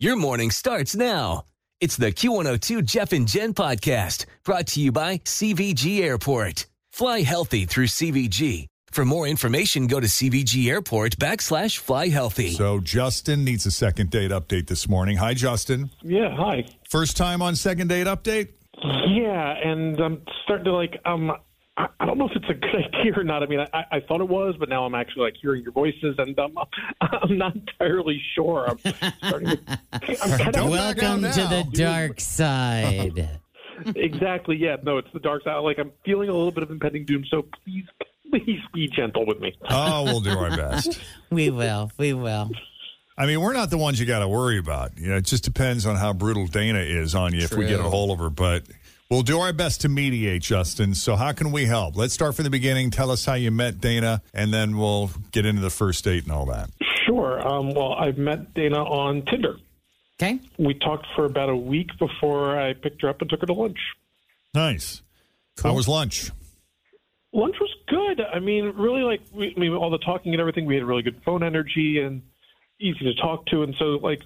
Your morning starts now. It's the Q102 Jeff and Jen podcast brought to you by CVG Airport. Fly healthy through CVG. For more information, go to CVG Airport backslash fly healthy. So Justin needs a second date update this morning. Hi, Justin. Yeah, hi. First time on second date update? Yeah, and I'm starting to like um I, I don't know if it's a good idea or not. I mean, I- I, I thought it was, but now I'm actually like hearing your voices, and um, I'm not entirely sure. I'm starting to, I'm kind of Welcome Back to out the now. dark side. exactly yeah. No, it's the dark side. Like I'm feeling a little bit of impending doom. So please, please be gentle with me. Oh, we'll do our best. we will. We will. I mean, we're not the ones you got to worry about. You know, it just depends on how brutal Dana is on you if we get a hold of her. But we'll do our best to mediate, Justin. So how can we help? Let's start from the beginning. Tell us how you met Dana, and then we'll get into the first date and all that. Sure. Um, well, I've met Dana on Tinder. Okay. We talked for about a week before I picked her up and took her to lunch. Nice. How was lunch? lunch was good. I mean, really, like we, I mean, all the talking and everything. We had really good phone energy and easy to talk to, and so like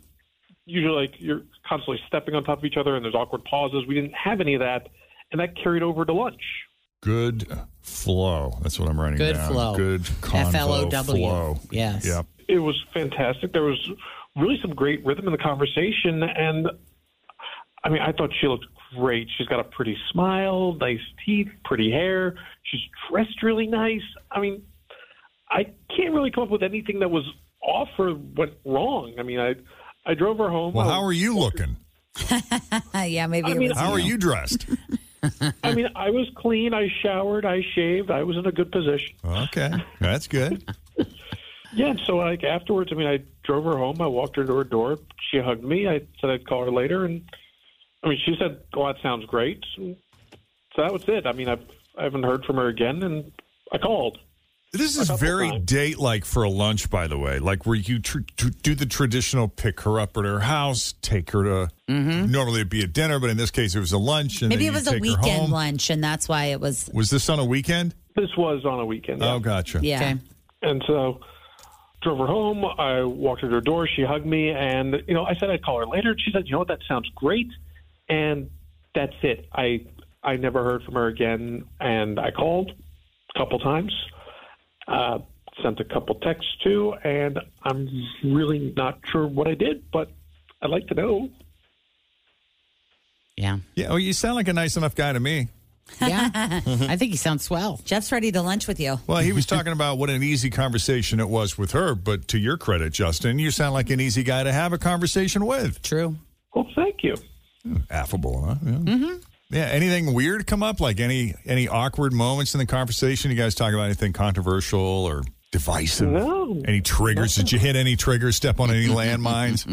usually, like you're constantly stepping on top of each other, and there's awkward pauses. We didn't have any of that, and that carried over to lunch. Good flow. That's what I'm writing Good down. flow. Good convo F.L.O.W.. flow. Yes. Yep. It was fantastic. There was really some great rhythm in the conversation, and I mean, I thought she looked great. She's got a pretty smile, nice teeth, pretty hair. She's dressed really nice. I mean, I can't really come up with anything that was off or went wrong. I mean, I I drove her home. Well, how are you looking? yeah, maybe I it mean, was. How are you dressed? I mean, I was clean. I showered. I shaved. I was in a good position. Okay. That's good. Yeah. So like afterwards, I mean, I drove her home. I walked her to her door. She hugged me. I said I'd call her later, and I mean, she said, "Oh, that sounds great." So that was it. I mean, I've, I haven't heard from her again, and I called. This is couple very times. date like for a lunch, by the way. Like where you tr- tr- do the traditional pick her up at her house, take her to. Normally it'd be a dinner, but in this case it was a lunch. And Mm-hmm. Maybe then it was you take a her weekend home. lunch, and that's why it was. Was this on a weekend? This was on a weekend. Oh, gotcha. Yeah. Okay. And so drove her home. I walked her to her door. She hugged me. And, you know, I said I'd call her later. She said, you know what, that sounds great. And that's it. I, I never heard from her again. And I called a couple times, uh, sent a couple texts too. And I'm really not sure what I did, but I'd like to know. Yeah. Yeah. Well, you sound like a nice enough guy to me. Yeah. I think he sounds swell. Jeff's ready to lunch with you. Well, he was talking about what an easy conversation it was with her, but to your credit, Justin, you sound like an easy guy to have a conversation with. True. Well, thank you. Affable, huh? Yeah. Mm-hmm. Yeah. Anything weird come up? Like any any awkward moments in the conversation? You guys talk about anything controversial or divisive? No, Any triggers? Did you hit any triggers? Step on any landmines?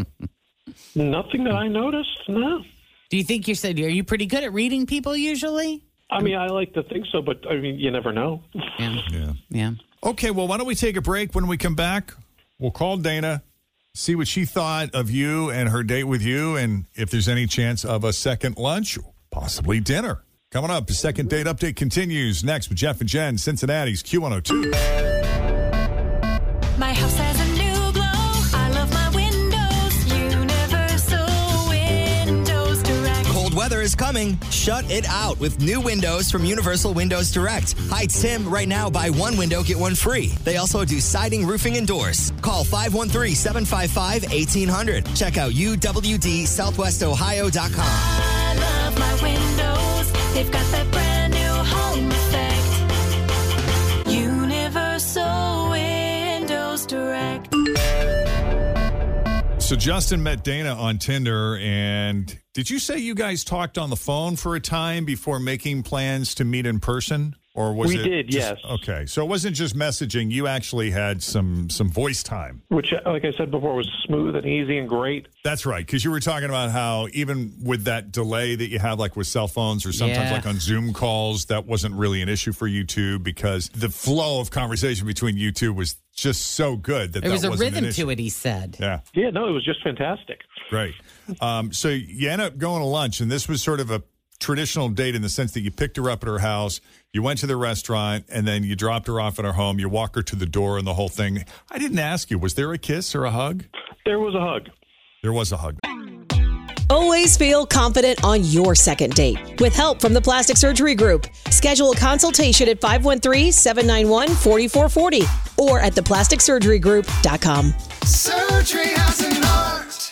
nothing that I noticed. No. Do you think you said, are you pretty good at reading people usually? I mean, I like to think so, but I mean, you never know. Yeah. Yeah. Yeah. Okay. Well, why don't we take a break? When we come back, we'll call Dana, see what she thought of you and her date with you, and if there's any chance of a second lunch, possibly dinner. Coming up, the second date update continues next with Jeff and Jen, Cincinnati's Q102. My house has a new glow. I love my windows. Universal Windows Direct. Cold weather is coming. Shut it out with new windows from Universal Windows Direct. Hi, Tim. Right now, buy one window, get one free. They also do siding, roofing, and doors. Call 513 755 1800. Check out uwdsouthwestohio.com. I love my windows. They've got that brand new home effect. Universal Windows Direct. So Justin met Dana on Tinder, and did you say you guys talked on the phone for a time before making plans to meet in person, or was We it? did, just- yes. Okay, so it wasn't just messaging. You actually had some some voice time. which, like I said before, was smooth and easy and great. That's right, because you were talking about how even with that delay that you have, like with cell phones or sometimes Yeah. like on Zoom calls, that wasn't really an issue for you two because the flow of conversation between you two was just so good that There that was a wasn't an rhythm issue. to it, he said. Yeah. Yeah, no, it was just fantastic. Right. Um, so you end up going to lunch, and this was sort of a traditional date in the sense that you picked her up at her house, you went to the restaurant, and then you dropped her off at her home. You walk her to the door, and the whole thing. I didn't ask you. Was there a kiss or a hug? There was a hug. There was a hug. Always feel confident on your second date. With help from the Plastic Surgery Group, schedule a consultation at 513 791 4440 or at theplasticsurgerygroup.com. Surgery has an art.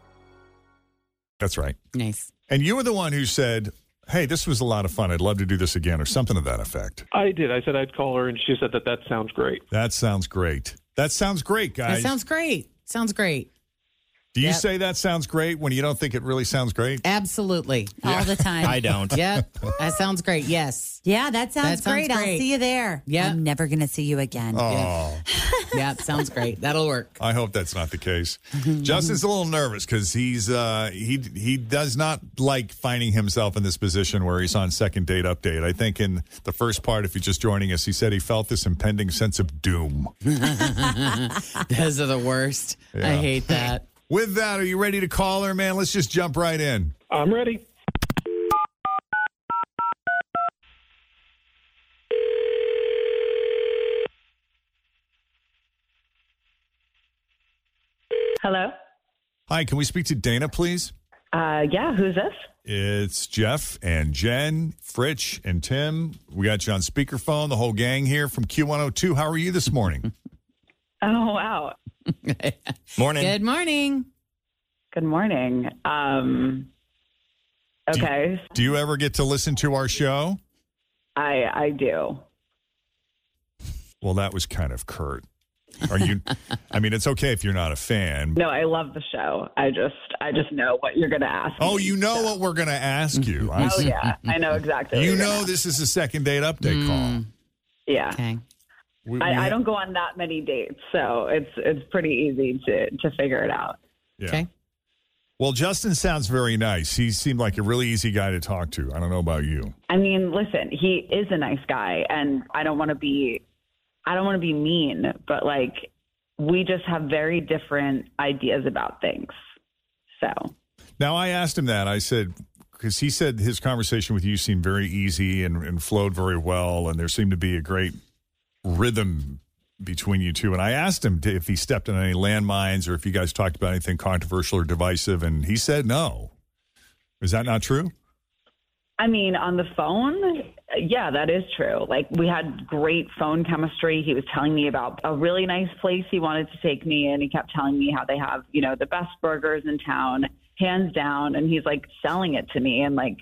That's right. Nice. And you were the one who said, "Hey, this was a lot of fun. I'd love to do this again," or something to that effect. I did. I said I'd call her, and she said that that sounds great. That sounds great. That sounds great, That guys. sounds great. Sounds great. do you Yep. say that sounds great when you don't think it really sounds great? Absolutely. all the time. I don't. Yep. that sounds great. Yes. yeah, that sounds, That sounds great. I'll great. see you there. Yeah. I'm never going to see you again. Oh. Yep. Sounds great. That'll work. I hope that's not the case. Justin's a little nervous because he's uh, he he does not like finding himself in this position where he's on second date update. I think in the first part, if you're just joining us, he said he felt this impending sense of doom. Those are the worst. I hate that. With that, are you ready to call her, man? Let's just jump right in. I'm ready. Hello. Hi, can we speak to Dana, please? Uh, yeah, who's this? It's Jeff and Jen, Fritch and Tim. We got you on speakerphone, the whole gang here from Q102. How are you this morning? Oh, wow. Morning. Good morning. Good morning. Um, okay, Do you ever get to listen to our show? I I do. Well, that was kind of curt. Are you? I mean, it's okay if you're not a fan. No, I love the show. I just I just know what you're gonna ask. Oh, me, you know so- what we're going to ask you. I Oh see. yeah, I know exactly. what You you're know gonna- this is a second date update call. Yeah. Okay. We- we I, I ha- don't go on that many dates, so it's it's pretty easy to to figure it out. yeah. Okay. Well, Justin sounds very nice. He seemed like a really easy guy to talk to. I don't know about you. I mean, listen, he is a nice guy, and I don't want to be, I don't want to be mean, but like, we just have very different ideas about things. So, Now, I asked him that. I said, because he said his conversation with you seemed very easy and, and flowed very well, and there seemed to be a great rhythm between you two. And I asked him to, if he stepped on any landmines or if you guys talked about anything controversial or divisive, and he said no. Is that not true? I mean, on the phone, yeah, that is true. Like, we had great phone chemistry. He was telling me about a really nice place he wanted to take me, and he kept telling me how they have, you know, the best burgers in town, hands down. And he's like selling it to me, and like,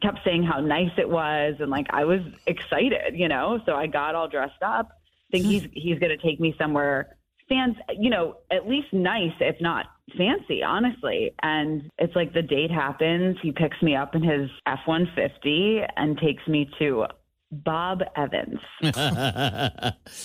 kept saying how nice it was and like I was excited, you know. So I got all dressed up. Think he's he's gonna take me somewhere fancy, you know, at least nice, if not fancy, honestly. And it's like the date happens. He picks me up in his F one fifty and takes me to Bob Evans.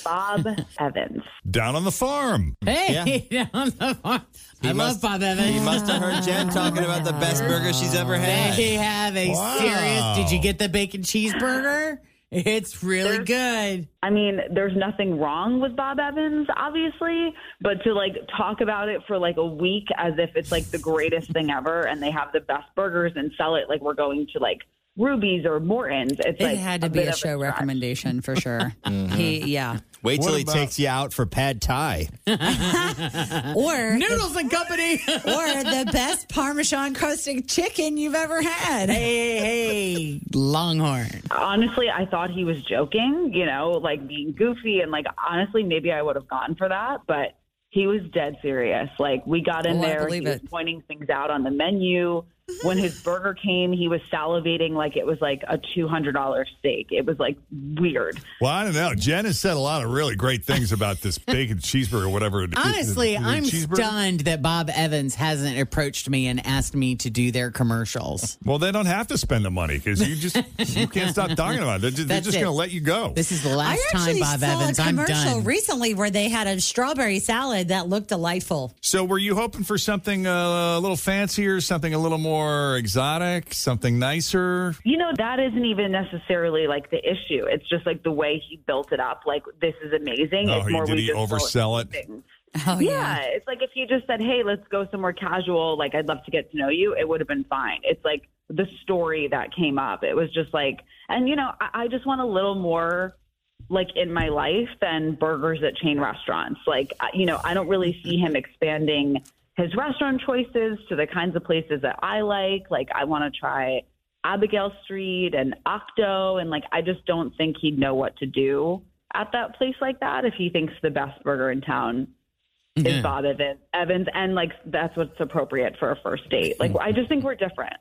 Bob Evans. Down on the farm. Hey, down the farm. He I must- love Bob Evans. he must have heard Jen talking about the best burger she's ever had. They have a Wow. serious. Did you get the bacon cheeseburger? It's really good. I mean, there's nothing wrong with Bob Evans, obviously, but to like talk about it for like a week as if it's like the greatest thing ever and they have the best burgers and sell it like we're going to like Ruby's or Morton's. It's It like had to a be bit a of show recommendation for sure. Mm-hmm. He, yeah. Wait till What he about- takes you out for pad thai. Or Noodles and Company. or the best Parmesan crusted chicken you've ever had. Hey, hey, Longhorn. Honestly, I thought he was joking, you know, like being goofy and like honestly, maybe I would have gone for that, but he was dead serious. Like we got in Oh, I there, he believe was it. pointing things out on the menu. when his burger came, he was salivating like it was like a two hundred dollar steak. It was like weird. Well, I don't know. Jen has said a lot of really great things about this bacon cheeseburger, whatever. it is. Honestly, Is it a I'm cheeseburger? stunned that Bob Evans hasn't approached me and asked me to do their commercials. Well, they don't have to spend the money because you just you can't stop talking about it. They're just, they're That's just it. going to let you go. This is the last I time, actually Bob saw Evans. a I'm commercial done. recently where they had a strawberry salad that looked delightful. So, were you hoping for something uh, a little fancier, something a little more exotic, something nicer? You know, that isn't even necessarily like the issue. It's just like the way he built it up. Like this is amazing. Oh, it's he- more did we he just go- oversell it? Oh, yeah. It's like if you just said, hey, let's go somewhere casual, like I'd love to get to know you, it would have been fine. It's like the story that came up. It was just like, and you know, I, I just want a little more like in my life than burgers at chain restaurants. Like, I- you know, I don't really see him expanding his restaurant choices to the kinds of places that I like. Like, I want to try Abigail Street and Octo. And like, I just don't think he'd know what to do at that place like that if he thinks the best burger in town Yeah. is Bob Evans, Evans, and like that's what's appropriate for a first date. Like I just think we're different.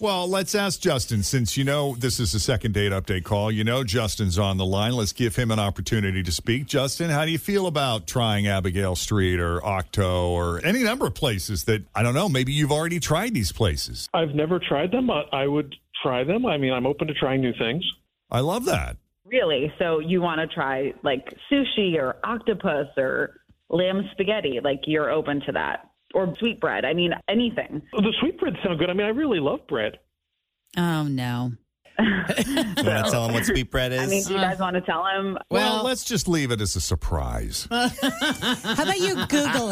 Well, let's ask Justin since you know this is a second date update call. You know Justin's on the line. Let's give him an opportunity to speak. Justin, how do you feel about trying Abigail Street or Octo or any number of places that I don't know? Maybe you've already tried these places. I've never tried them, but I would try them. I mean, I'm open to trying new things. I love that. Really. So you want to try like sushi or octopus or lamb spaghetti? Like you're open to that or sweetbread? I mean, anything. The sweetbreads sound good. I mean, I really love bread. Oh, no. You want to tell him what sweetbread is? I mean, do you guys want to tell him? well, let's just leave it as a surprise. How about you Google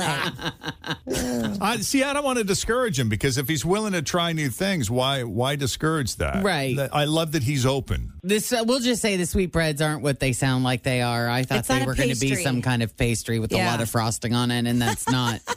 it? I see. I don't want to discourage him because if he's willing to try new things, why why discourage that? Right. That- I love that he's open. This uh, we'll just say the sweetbreads aren't what they sound like they are. I thought It's not they a were going to be pastry. some kind of pastry with a Yeah. lot of frosting on it, and that's not.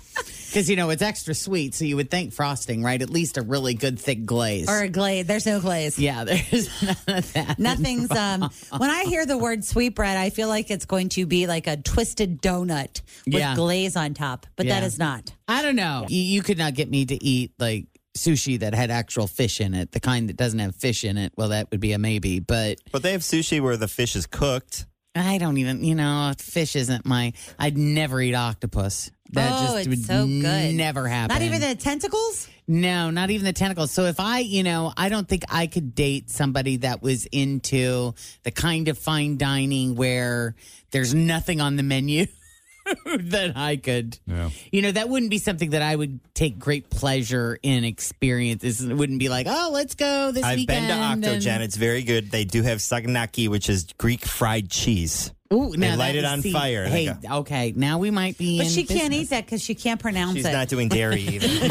Because you know it's extra sweet, so you would think frosting, right? At least a really good thick glaze. Or a glaze. There's no glaze. yeah, there's none of that. Nothing's um when I hear the word sweetbread, I feel like it's going to be like a twisted donut with Yeah. glaze on top. But that Yeah. is not. I don't know. You, you could not get me to eat like sushi that had actual fish in it, the kind that doesn't have fish in it. Well, that would be a maybe, but But they have sushi where the fish is cooked. I don't even, you know, fish isn't my. I'd never eat octopus. That oh, just it's would so good. never happen. Not even the tentacles? No, not even the tentacles. So if I, you know, I don't think I could date somebody that was into the kind of fine dining where there's nothing on the menu that I could. Yeah. You know, that wouldn't be something that I would take great pleasure in experiences. It wouldn't be like, oh, let's go this I've weekend. been to Octogen. and- It's very good. They do have saganaki, which is Greek fried cheese. Ooh, They now light that- it on see, fire. They Hey, okay, now we might be. But in she can't business. eat that because she can't pronounce She's it. not doing dairy either.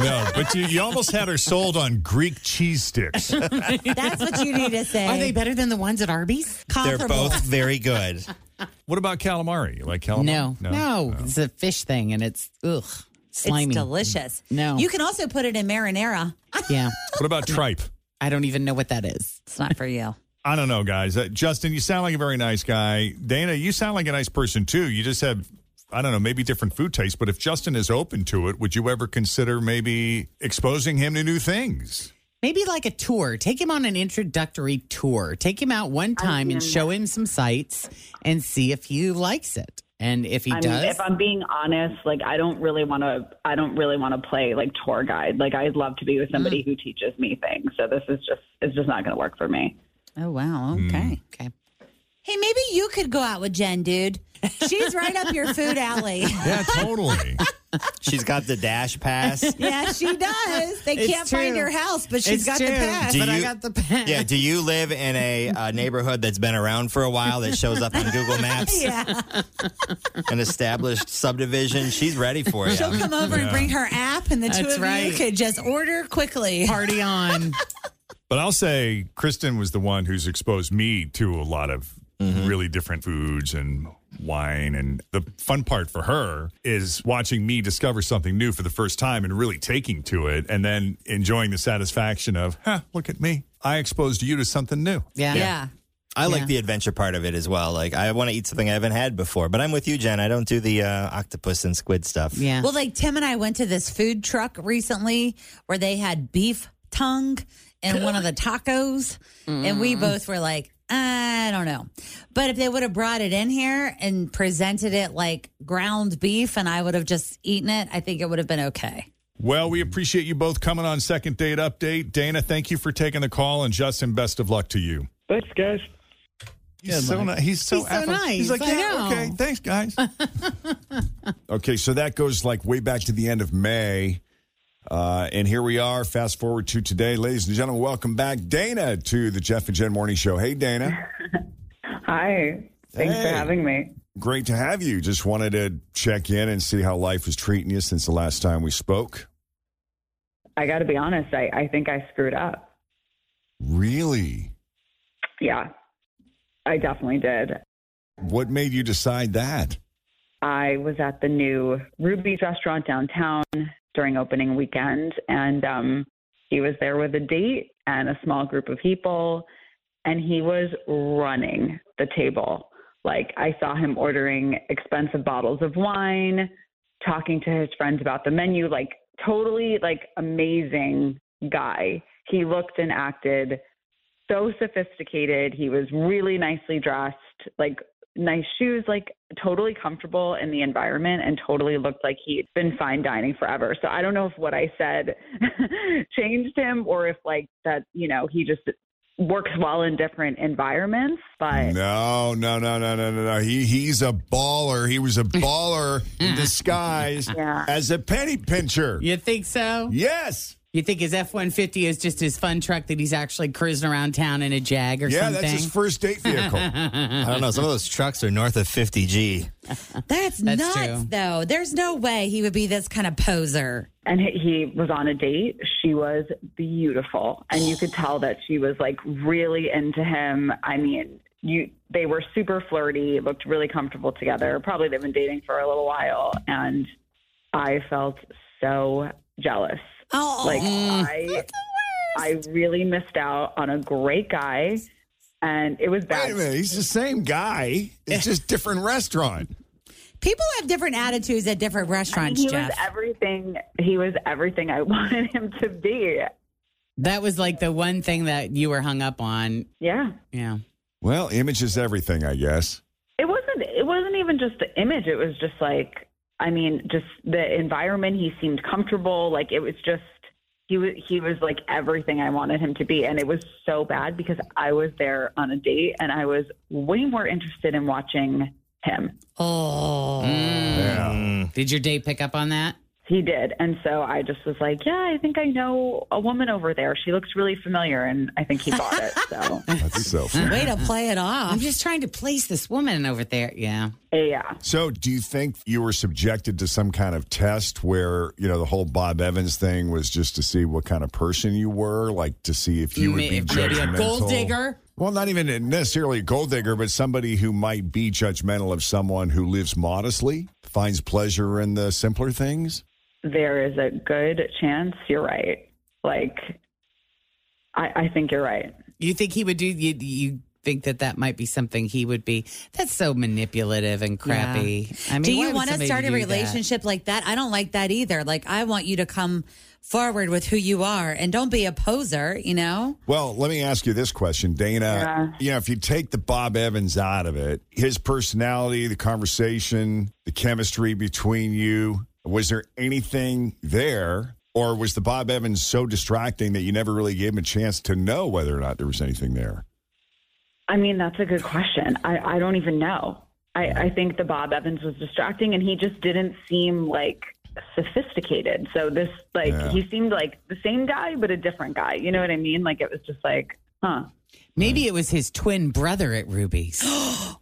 No, but you, you almost had her sold on Greek cheese sticks. That's what you need to say. Are they better than the ones at Arby's? They're comparable? both very good. What about calamari? You like calamari? No, no, it's a fish thing, and it's ugh, slimy. It's delicious. No. You can also put it in marinara. Yeah, What about tripe? I don't even know what that is. It's not for you. I don't know, guys. Uh, Justin, you sound like a very nice guy. Dana, you sound like a nice person too. You just have, I don't know, maybe different food tastes. But if Justin is open to it, would you ever consider maybe exposing him to new things? Maybe like a tour. Take him on an introductory tour. Take him out one time and show him some sights and see if he likes it. And if he I does, mean, if I'm being honest, like I don't really want to. I don't really want to play like tour Mm. guide. Like I'd love to be with somebody who teaches me things. So this is just it's just not going to work for me. Oh wow. Okay. Hmm. Okay. Hey, maybe you could go out with Jen, dude. She's right up your food alley. Yeah, totally. She's got the dash pass. yeah, she does. They It's can't find true. her house, but It's she's got the true. pass. Do But I you- got the pen. Yeah, do you live in a uh, neighborhood that's been around for a while that shows up on Google Maps? Yeah. An established subdivision? She's ready for you. She'll come over and bring her app, and the two That's of you right. could just order quickly. Party on. But I'll say Kristen was the one who's exposed me to a lot of really different foods and wine. And the fun part for her is watching me discover something new for the first time and really taking to it and then enjoying the satisfaction of, huh, look at me. I exposed you to something new. Yeah. Yeah. I like Yeah. the adventure part of it as well. Like, I want to eat something I haven't had before, but I'm with you, Jen. I don't do the uh, octopus and squid stuff. Yeah. Well, like Tim and I went to this food truck recently where they had beef tongue in one of the tacos, and Mm. we both were like, I don't know. But if they would have brought it in here and presented it like ground beef and I would have just eaten it, I think it would have been okay. Well, we appreciate you both coming on Second Date Update. Dana, thank you for taking the call. And Justin, best of luck to you. Thanks, guys. He's so nice. He's so, He's so affable. He's nice. like, I yeah, know." okay, thanks, guys. okay, so that goes like way back to the end of May. Uh, and here we are, fast forward to today. Ladies and gentlemen, welcome back, Dana, to the Jeff and Jen Morning Show. Hey, Dana. Hi. Thanks for Hey. having me. Great to have you. Just wanted to check in and see how life is treating you since the last time we spoke. I got to be honest, I, I think I screwed up. Really? Yeah, I definitely did. What made you decide that? I was at the new Ruby's restaurant downtown during opening weekend, and um, he was there with a date and a small group of people, and he was running the table. Like, I saw him ordering expensive bottles of wine, talking to his friends about the menu, like, totally, like, amazing guy. He looked and acted so sophisticated. He was really nicely dressed, like, nice shoes, like totally comfortable in the environment and totally looked like he'd been fine dining forever. So I don't know if what I said changed him or if like that, you know, he just works well in different environments, but No, no, no, no, no, no, no. He he's a baller. He was a baller in disguise Yeah. as a penny pincher. You think so? Yes. You think his F one fifty is just his fun truck that he's actually cruising around town in a jag or yeah, something? that's his first date vehicle. I don't know. Some of those trucks are north of 50 G. That's, That's nuts, true. though. There's no way he would be this kind of poser. and he- he was on a date. She was beautiful, and you could tell that she was like really into him. I mean, you they were super flirty, looked really comfortable together. Probably they've been dating for a little while, and I felt so jealous. Oh, Like I, I really missed out on a great guy, and it was Wait bad. a minute, he's the same guy. It's just different restaurant. people have different attitudes at different I mean, restaurants, he Jeff. was everything. He was everything I wanted him to be. That was like the one thing that you were hung up on. Yeah. Yeah. Well, image is everything, I guess. it wasn't it wasn't even just the image it was just like i mean just the environment he seemed comfortable like it was just he was he was like everything i wanted him to be and it was so bad because i was there on a date and i was way more interested in watching him oh. Mm. Yeah. Did your date pick up on that? he did and so i just was like yeah i think i know a woman over there she looks really familiar and i think he bought it so That's so funny. Way to play it I'm off. just trying to place this woman over there. Yeah. yeah So, do you think you were subjected to some kind of test where, you know, the whole Bob Evans thing was just to see what kind of person you were, like to see if you would May- be maybe a judgmental? gold digger. Well, not even necessarily a gold digger, but somebody who might be judgmental of someone who lives modestly, finds pleasure in the simpler things. there is a good chance you're right like i i think you're right You think he would do? You, you think that that might be something he would be? That's so manipulative and crappy. I mean, do why you would want to somebody start a do that? relationship like that? I don't like that either. Like, I want you to come forward with who you are and don't be a poser, you know? Well, let me ask you this question, Dana. You know, if you take the Bob Evans out of it, his personality, the conversation, the chemistry between you, was there anything there? Or was the Bob Evans so distracting that you never really gave him a chance to know whether or not there was anything there? I mean, that's a good question. I, I don't even know. I, I think the Bob Evans was distracting and he just didn't seem like sophisticated. So this like Yeah. he seemed like the same guy but a different guy. You know what I mean? Like it was just like, huh. Maybe it was his twin brother at Ruby's.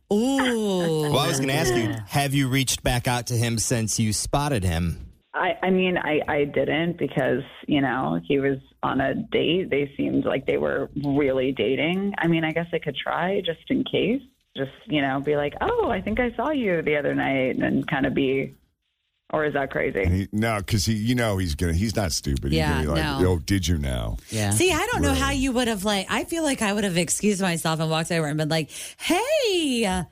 Ooh. Well, I was going to ask you, have you reached back out to him since you spotted him? I, I mean, I, I didn't because, you know, he was on a date. They seemed like they were really dating. I mean, I guess I could try just in case. Just, you know, be like, oh, I think I saw you the other night and kind of be, or is that crazy? And he, no, because he, you know, he's gonna. He's not stupid. He's Yeah, gonna be like, no. oh, did you now? Yeah. See, I don't know how you would have like. I feel like I would have excused myself and walked over and been like, "Hey, uh,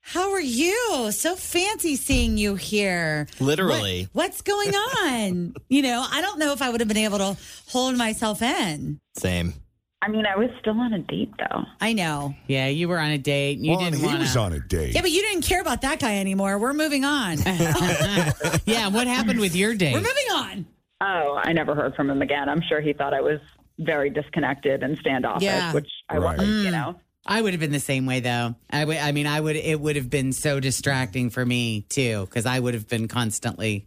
how are you? So fancy seeing you here. Literally. What- what's going on? you know, I don't know if I would have been able to hold myself in. Same. I mean, I was still on a date though. I know. Yeah, you were on a date. And you Well, and didn't he wanna- was on a date. Yeah, but you didn't care about that guy anymore. We're moving on. yeah, what happened with your date? We're moving on. Oh, I never heard from him again. I'm sure he thought I was very disconnected and standoffish, Yeah. Mm. which I wasn't, you know. I would have been the same way though. I would. I mean, I would. It would have been so distracting for me too, because I would have been constantly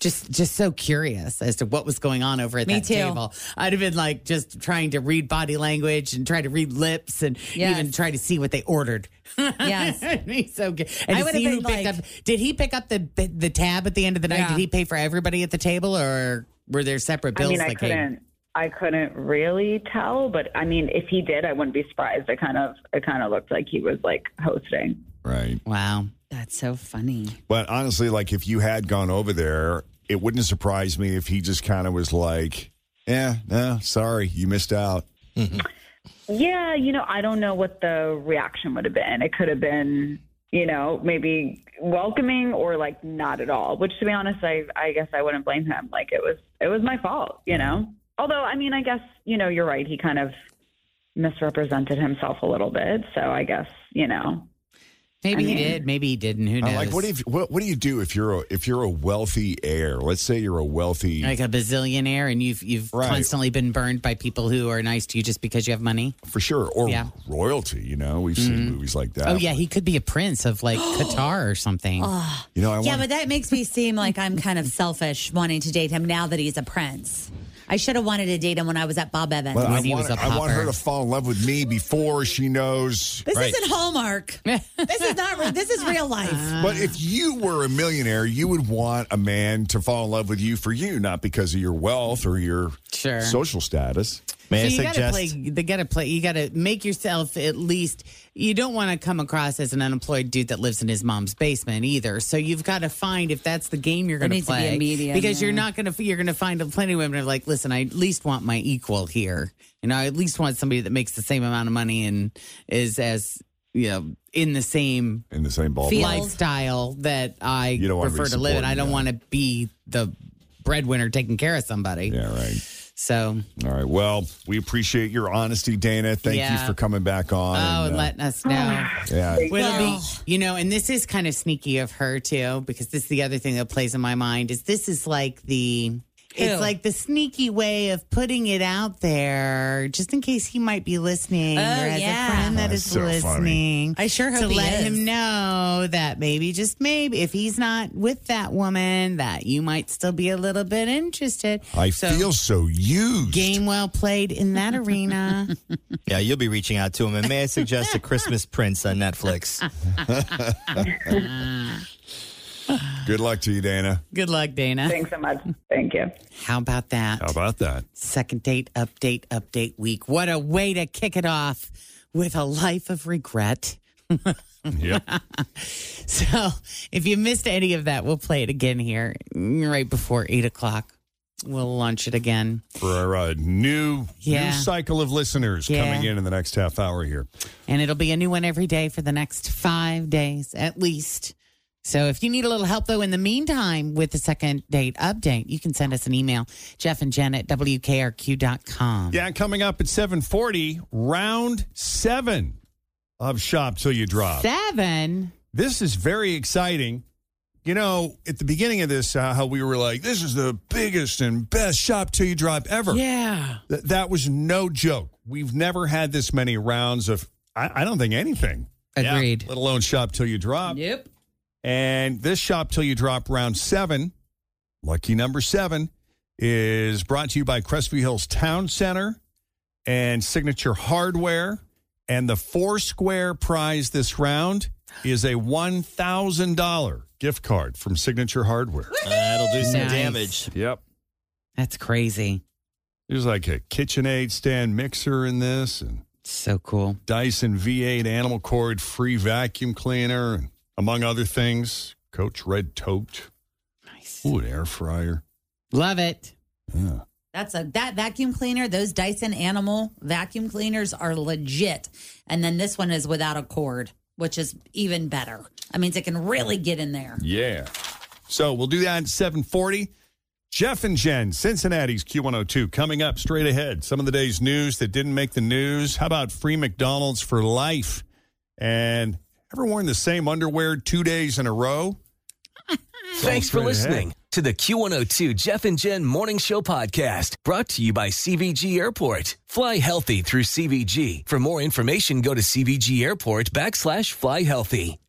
just just so curious as to what was going on over at Me that too. table. I'd have been like just trying to read body language and try to read lips and Yes. even try to see what they ordered. Yes. He's so good. And I to would have see who been picked like- up. Did he pick up the the the tab at the end of the night? Yeah. Did he pay for everybody at the table, or were there separate bills I mean, I that came? couldn't. I couldn't really tell, but I mean, if he did, I wouldn't be surprised. It kind of, it kind of looked like he was like hosting. Right. Wow. That's so funny. But honestly, like if you had gone over there, it wouldn't surprise me if he just kind of was like, "Yeah, no, sorry, you missed out." Yeah, you know, I don't know what the reaction would have been. It could have been, you know, maybe welcoming or like not at all. Which, to be honest, I, I guess I wouldn't blame him. Like it was, it was my fault, you know. Although, I mean, I guess you know, you're right. He kind of misrepresented himself a little bit. So I guess you know. Maybe I he mean- did. Maybe he didn't. Who knows? I'm like, what if what, what do you do if you're a, if you're a wealthy heir? Let's say you're a wealthy. like a bazillionaire and you've you've Right. constantly been burned by people who are nice to you just because you have money. Oh, for sure, or Yeah. royalty. You know, we've seen movies like that. oh yeah, he could be a prince of like Qatar or something. you know, I Yeah, want but that makes me seem like I'm kind of selfish wanting to date him now that he's a prince. I should have wanted to date him when I was at Bob Evans. Well, I, want, I want her to fall in love with me before she knows. This isn't Hallmark. this is not. re- This is real life. But if you were a millionaire, you would want a man to fall in love with you for you, not because of your wealth or your Sure. social status. So you gotta play. They gotta play. You gotta make yourself at least. You don't want to come across as an unemployed dude that lives in his mom's basement either. So you've got to find if that's the game you're There going to needs to be a play. medium, because you're yeah. not going to. You're going to find plenty of women who are like, listen, I at least want my equal here. You know, I at least want somebody that makes the same amount of money and is as you know in the same in the same ballpark. Field. lifestyle that I You don't wanna be prefer to live in. I supporting don't that. want to be the breadwinner taking care of somebody. Yeah, right. So, All right. Well, we appreciate your honesty, Dana. Thank you Yeah. for coming back on. oh, and uh, letting us know. Ah. yeah. Well, it'll be, you know, and this is kind of sneaky of her too, because this is the other thing that plays in my mind is this is like the. Who? It's like the sneaky way of putting it out there, just in case he might be listening, Oh, or as yeah. a friend that That's is so funny. listening. I sure hope to he let is. him know that maybe, just maybe, if he's not with that woman, that you might still be a little bit interested. I So, feel so used. game well played in that arena. Yeah, you'll be reaching out to him. And may I suggest a Christmas Prince on Netflix? Good luck to you, Dana. Good luck, Dana. Thanks so much. Thank you. How about that? How about that? Second date update update week. What a way to kick it off with a life of regret. Yep. So, if you missed any of that, we'll play it again here right before eight o'clock. We'll launch it again. for our uh, new Yeah. new cycle of listeners Yeah. coming in in the next half hour here. And it'll be a new one every day for the next five days at least. So if you need a little help, though, in the meantime with the second date update, you can send us an email, Jeff and Jen at WKRQ.com. Yeah, coming up at seven forty, round seven of Shop Till You Drop. Seven. this is very exciting. You know, at the beginning of this, uh, how we were like, "This is the biggest and best Shop Till You Drop ever." Yeah. Th- that was no joke. We've never had this many rounds of I, I don't think anything. Agreed. let alone shop till you drop. Yep. And this shop till you drop round seven, lucky number seven, is brought to you by Crestview Hills Town Center and Signature Hardware. And the four square prize this round is a one thousand dollar gift card from Signature Hardware. That'll do some Nice. damage. Yep. That's crazy. There's like a KitchenAid stand mixer in this, and so cool. Dyson V8 animal cord free vacuum cleaner, and among other things. Coach Red Tote. Nice. Ooh, an air fryer. Love it. Yeah. That's a that vacuum cleaner. Those Dyson Animal vacuum cleaners are legit. And then this one is without a cord, which is even better. I mean, it can really get in there. Yeah. So we'll do that at 740. Jeff and Jen, Cincinnati's Q102, coming up straight ahead. Some of the day's news that didn't make the news. How about free McDonald's for life? And ever worn the same underwear two days in a row? Thanks for Straight ahead. listening to the Q102 Jeff and Jen Morning Show podcast brought to you by CVG Airport. Fly healthy through CVG. For more information, go to CVG Airport backslash fly healthy.